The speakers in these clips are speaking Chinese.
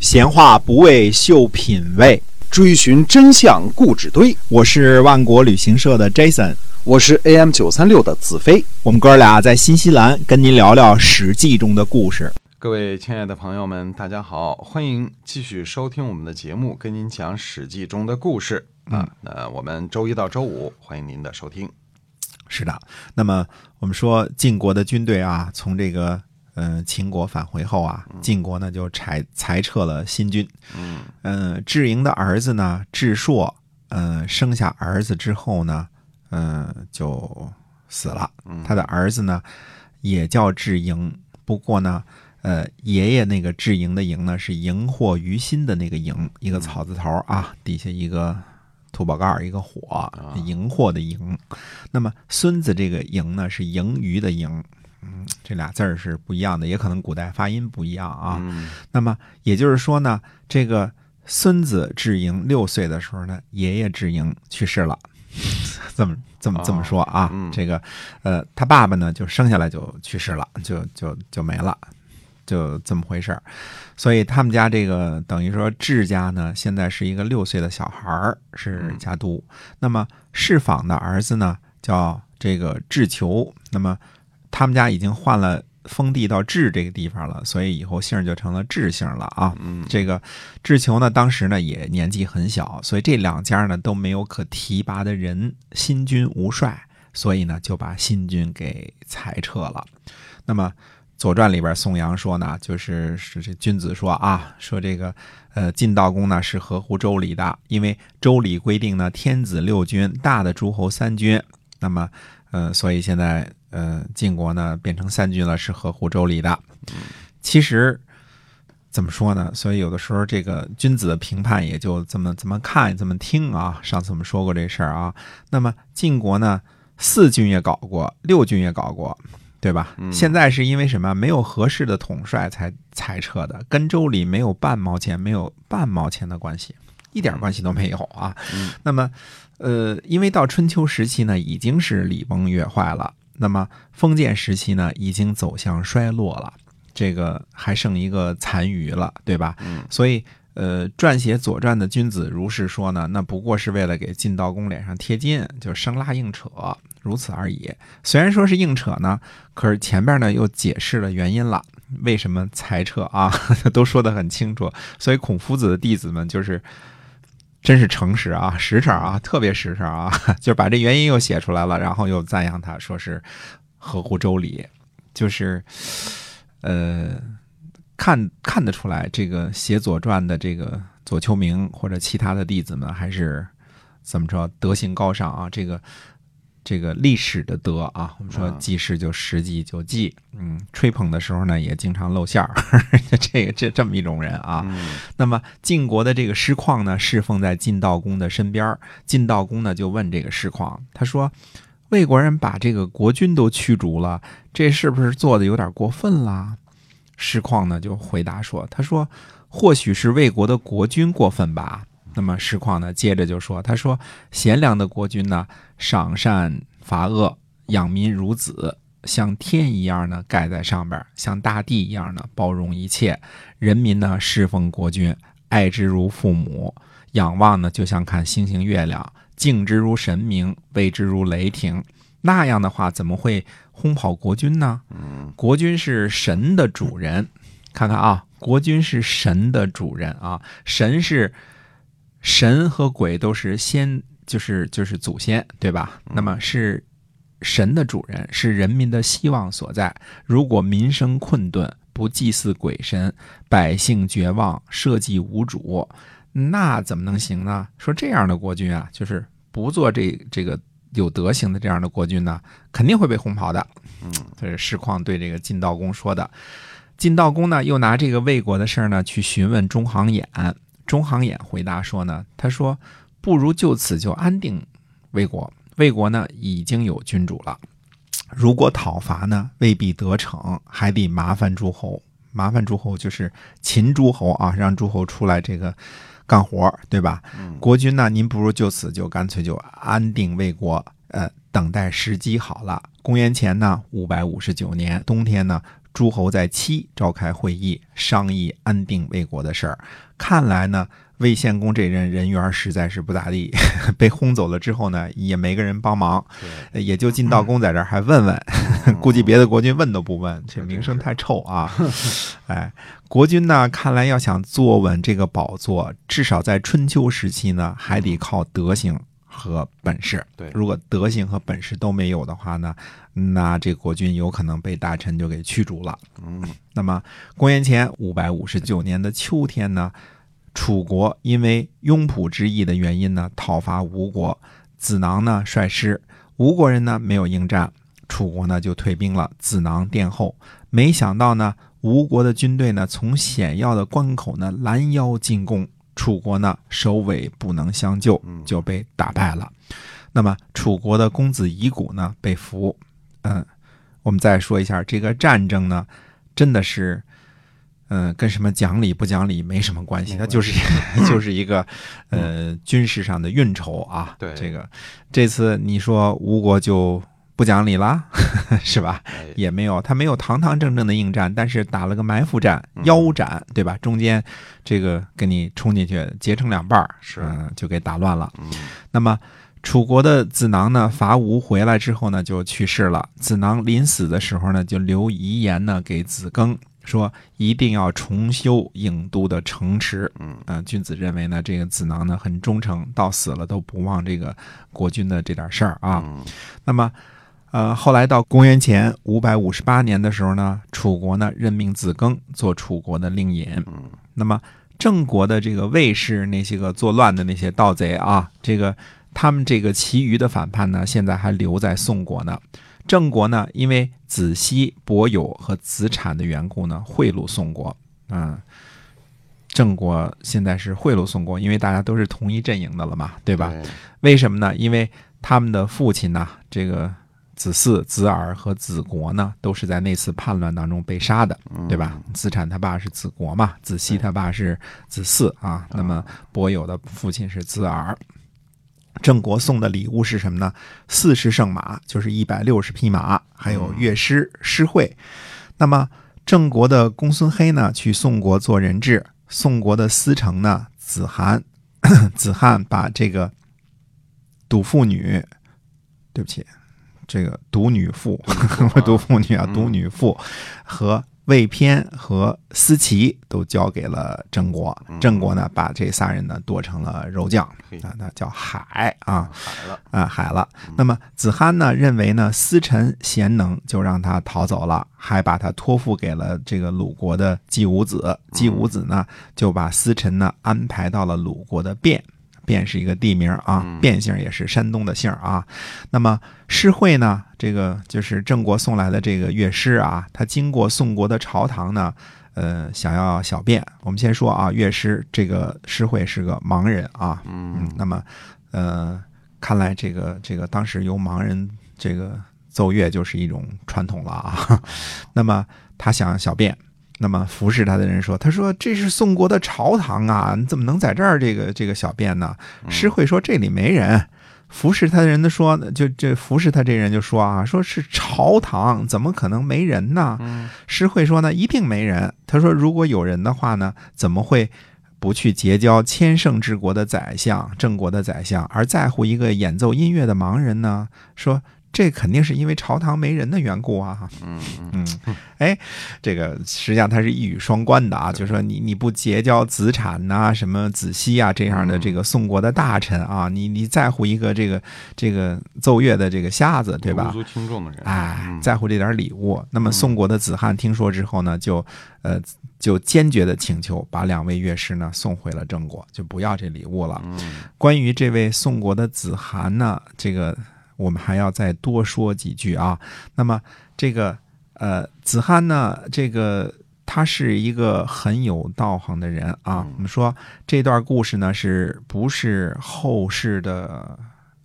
闲话不为秀品味，追寻真相故纸堆。我是万国旅行社的 Jason，我是 AM 九三六的子飞。我们哥俩在新西兰跟您聊聊《史记》中的故事。各位亲爱的朋友们，大家好，欢迎继续收听我们的节目，跟您讲《史记》中的故事啊。那我们周一到周五欢迎您的收听。是的，那么我们说晋国的军队啊，从这个呃秦国返回后啊，晋国呢就裁裁撤了新军。嗯嗯，智莹的儿子呢，智硕，嗯，生下儿子之后呢，嗯，就死了。嗯，他的儿子呢，也叫智莹，不过呢，呃，爷爷那个智莹的莹呢，是荧惑于心的那个荧，一个草字头啊，底下一个土宝盖儿，一个火，荧惑的荧。那么孙子这个莹呢，是盈余的盈。嗯，这俩字儿是不一样的，也可能古代发音不一样啊。嗯那么也就是说呢，这个孙子智莹六岁的时候呢，爷爷智莹去世了。 这么这么这么说啊，嗯这个呃，他爸爸呢就生下来就去世了，就就就没了，就这么回事儿。所以他们家这个等于说智家呢，现在是一个六岁的小孩儿是嗯家督。那么世访的儿子呢叫这个智求，那么他们家已经换了封地到智这个地方了，所以以后姓儿就成了智姓了啊。嗯这个智求呢，当时呢也年纪很小，所以这两家呢都没有可提拔的人，新军无帅，所以呢就把新军给裁撤了。那么《左传》里边宋阳说呢，就是是这君子说啊，说这个呃晋悼公呢是合乎周礼的，因为周礼规定呢天子六军，大的诸侯三军，那么呃所以现在呃晋国呢变成三军了，是合乎周礼的。其实怎么说呢？所以有的时候这个君子的评判也就这么这么看，这么听啊。上次我们说过这事儿啊。那么晋国呢，四军也搞过，六军也搞过，对吧？嗯现在是因为什么？没有合适的统帅才裁撤的，跟周礼没有半毛钱，没有半毛钱的关系，一点关系都没有啊。嗯那么，呃，因为到春秋时期呢，已经是礼崩乐坏了。那么封建时期呢，已经走向衰落了。这个还剩一个残余了，对吧？嗯所以，呃，撰写《左传》的君子如是说呢，那不过是为了给晋悼公脸上贴金，就生拉硬扯，如此而已。虽然说是硬扯呢，可是前边呢又解释了原因了，为什么裁撤啊， 都说得很清楚。所以孔夫子的弟子们就是。真是诚实啊，实诚啊，特别实诚啊， 就把这原因又写出来了，然后又赞扬他说是合乎周礼，就是，呃，看看得出来，这个写《左传》的这个左丘明或者其他的弟子们，还是怎么着德行高尚啊？这个这个历史的德啊，我们说嗯记事就实记就记，嗯，吹捧的时候呢也经常露馅儿， 这个这这么一种人啊。嗯那么晋国的这个师旷呢，侍奉在晋悼公的身边儿。晋悼公呢就问这个师旷，他说：“魏国人把这个国君都驱逐了，这是不是做的有点过分啦？”师旷呢就回答说：“他说，或许是魏国的国君过分吧。”那么师旷呢接着就说：“他说，贤良的国君呢，赏善罚恶，养民如子。”像天一样呢，盖在上边儿；像大地一样呢，包容一切。人民呢侍奉国君，爱之如父母，仰望呢就像看星星月亮，敬之如神明，畏之如雷霆。那样的话，怎么会轰跑国君呢？嗯国君是神的主人，看看啊，国君是神的主人啊，神是神和鬼都是先就是就是祖先，对吧？那么是神的主人，是人民的希望所在。如果民生困顿，不祭祀鬼神，百姓绝望，社稷无主，那怎么能行呢？说这样的国君啊，就是不做这这个有德行的这样的国君呢，肯定会被轰跑的。嗯这是石况对这个晋悼公说的。晋悼公呢，又拿这个魏国的事儿呢去询问中行衍，中行衍回答说呢，他说不如就此就安定魏国，魏国呢已经有君主了，如果讨伐呢，未必得逞，还得麻烦诸侯。麻烦诸侯就是秦诸侯啊，让诸侯出来这个干活儿，对吧？嗯国君呢，您不如就此就干脆就安定魏国，呃，等待时机好了。公元前呢五百五十九年冬天呢，诸侯在七召开会议，商议安定魏国的事儿。看来呢，魏献公这人人缘实在是不咋地， 被轰走了之后呢，也没个人帮忙，呃也就晋悼公在这儿还问问， 估计别的国君问都不问，这名声太臭啊！哎，国君呢，看来要想坐稳这个宝座，至少在春秋时期呢，还得靠德行和本事。对如果德行和本事都没有的话呢，那这国君有可能被大臣就给驱逐了。嗯，那么，公元前五百五十九年的秋天呢，楚国因为雍普之役的原因呢，讨伐吴国。子囊呢率师，吴国人呢没有应战，楚国呢就退兵了。子囊殿后，没想到呢，吴国的军队呢从险要的关口呢拦腰进攻，楚国呢首尾不能相救，就被打败了。那么，楚国的公子夷谷呢被俘。嗯，我们再说一下这个战争呢，真的是，嗯、跟什么讲理不讲理没什么关系，没它关嗯就是 就是一个呃军事上的运筹啊。对这个这次你说吴国就不讲理啦， 是吧？哎，也没有，他没有堂堂正正的应战，但是打了个埋伏战、嗯腰斩，对吧？中间这个给你冲进去，截成两半儿，是嗯、就给打乱了。嗯，那么楚国的子囊呢，伐吴回来之后呢，就去世了。子囊临死的时候呢，就留遗言呢给子庚，说一定要重修郢都的城池。嗯呃君子认为呢，这个子囊呢很忠诚，到死了都不忘这个国君的这点事儿啊。嗯那么，呃，后来到公元前五百五十八年的时候呢，楚国呢任命子庚做楚国的令尹。嗯，那么郑国的这个卫氏那些个作乱的那些盗贼啊，这个他们这个其余的反叛呢，现在还留在宋国呢。郑国呢，因为子西、伯友和子产的缘故呢，贿赂宋国。嗯，郑国现在是贿赂宋国，因为大家都是同一阵营的了嘛，对对吧？？为什么呢？因为他们的父亲呐，这个子嗣、子耳和子国呢，都是在那次叛乱当中被杀的，对吧？子产他爸是子国嘛，子西他爸是子嗣啊，那么伯友的父亲是子耳。郑国送的礼物是什么呢？四十乘马，就是一百六十匹马，还有乐师、师会。那么郑国的公孙黑呢，去宋国做人质；宋国的司城呢，子涵， 子汉把这个赌妇女，对不起，这个独女妇， 我独妇女啊，独女妇和魏偏和思齐都交给了郑国。郑国呢，把这仨人呢剁成了肉酱嘿啊，那叫海啊。海了，啊海了。那么子罕呢，认为呢司臣贤能，就让他逃走了，还把他托付给了这个鲁国的季武子。季武子呢，就把司臣呢安排到了鲁国的卞。卞是一个地名啊，卞姓也是山东的姓啊。那么诗会呢，这个就是郑国送来的这个乐师啊，他经过宋国的朝堂呢，呃，想要小便。我们先说啊，乐师这个诗会是个盲人啊，嗯，那么呃，看来这个这个当时由盲人这个奏乐就是一种传统了啊。 那么他想小便，那么服侍他的人说：“他说这是宋国的朝堂啊，你怎么能在这儿这个这个小便呢？”诗会说：“这里没人。”服侍他的人呢说，就这服侍他这人就说啊，说是朝堂，怎么可能没人呢？诗会说呢，一定没人。他说，如果有人的话呢，怎么会不去结交千乘之国的宰相、郑国的宰相，而在乎一个演奏音乐的盲人呢？说这肯定是因为朝堂没人的缘故啊。嗯嗯嗯，哎，这个实际上它是一语双关的啊，就是说你你不结交子产呐、什么子西啊这样的这个宋国的大臣啊，你你在乎一个这个这个奏乐的这个瞎子，对吧？无足轻重的人，哎，嗯在乎这点礼物。那么宋国的子汉听说之后呢，就呃就坚决的请求把两位乐师呢送回了郑国，就不要这礼物了。关于这位宋国的子涵呢，这个我们还要再多说几句啊。那么这个呃子涵呢，这个。他是一个很有道行的人啊。我们说这段故事呢，是不是后世的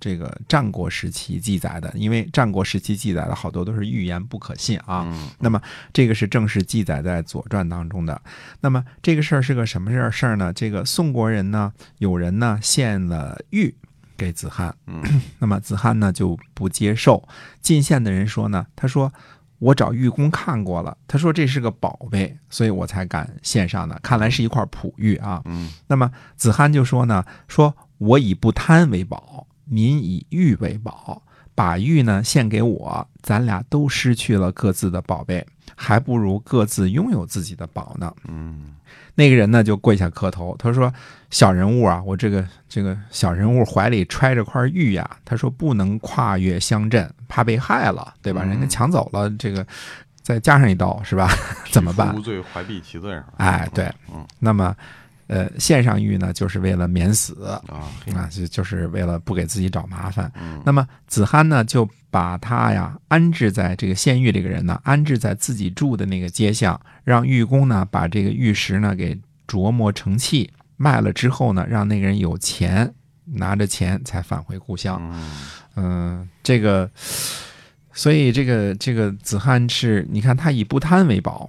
这个战国时期记载的，因为战国时期记载的好多都是预言不可信啊。那么这个是正式记载在《左传》当中的。那么这个事儿是个什么事儿事儿呢？这个宋国人呢，有人呢献了玉给 子罕，嗯那么子罕呢就不接受。进献的人说呢，他说我找玉工看过了，他说这是个宝贝，所以我才敢献上的。看来是一块璞玉啊。嗯那么子罕就说呢，说我以不贪为宝，民以玉为宝，把玉呢献给我，咱俩都失去了各自的宝贝，还不如各自拥有自己的宝呢。嗯那个人呢就跪下磕头，他说：“小人物啊，我这个这个小人物怀里揣着块玉呀、他说不能跨越乡镇，怕被害了，对吧？嗯人家抢走了，这个再加上一刀是吧？怎么办无罪怀璧其罪是吧？哎对嗯，那么，呃，献上玉呢，就是为了免死嗯啊，嘿啊，就就是为了不给自己找麻烦。嗯那么子罕呢，就把他呀安置在这个献玉这个人呢，安置在自己住的那个街巷，让玉工呢把这个玉石呢给琢磨成器，卖了之后呢，让那个人有钱，拿着钱才返回故乡。嗯嗯，这个，所以这个这个子罕是，你看他以不贪为宝，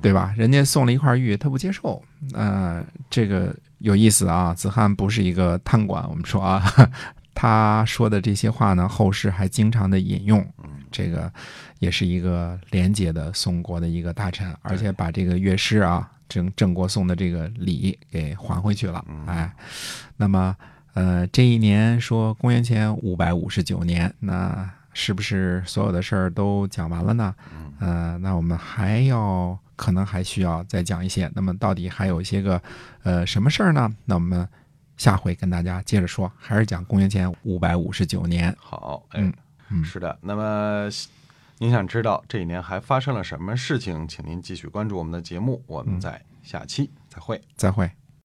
对吧？人家送了一块玉，他不接受，呃，这个有意思啊。子罕不是一个贪官，我们说啊， 他说的这些话呢，后世还经常的引用。这个也是一个廉洁的宋国的一个大臣，而且把这个乐师啊郑郑国送的这个礼给还回去了。哎，那么呃，这一年说公元前五百五十九年，那是不是所有的事儿都讲完了呢？呃，那我们还要可能还需要再讲一些。那么到底还有一些个呃什么事儿呢？那我们下回跟大家接着说，还是讲公元前五百五十九年。好，哎嗯，嗯是的。那么您想知道这一年还嗯发生了什么事情，请您继续关注我们的节目，我们在下期再会。再会。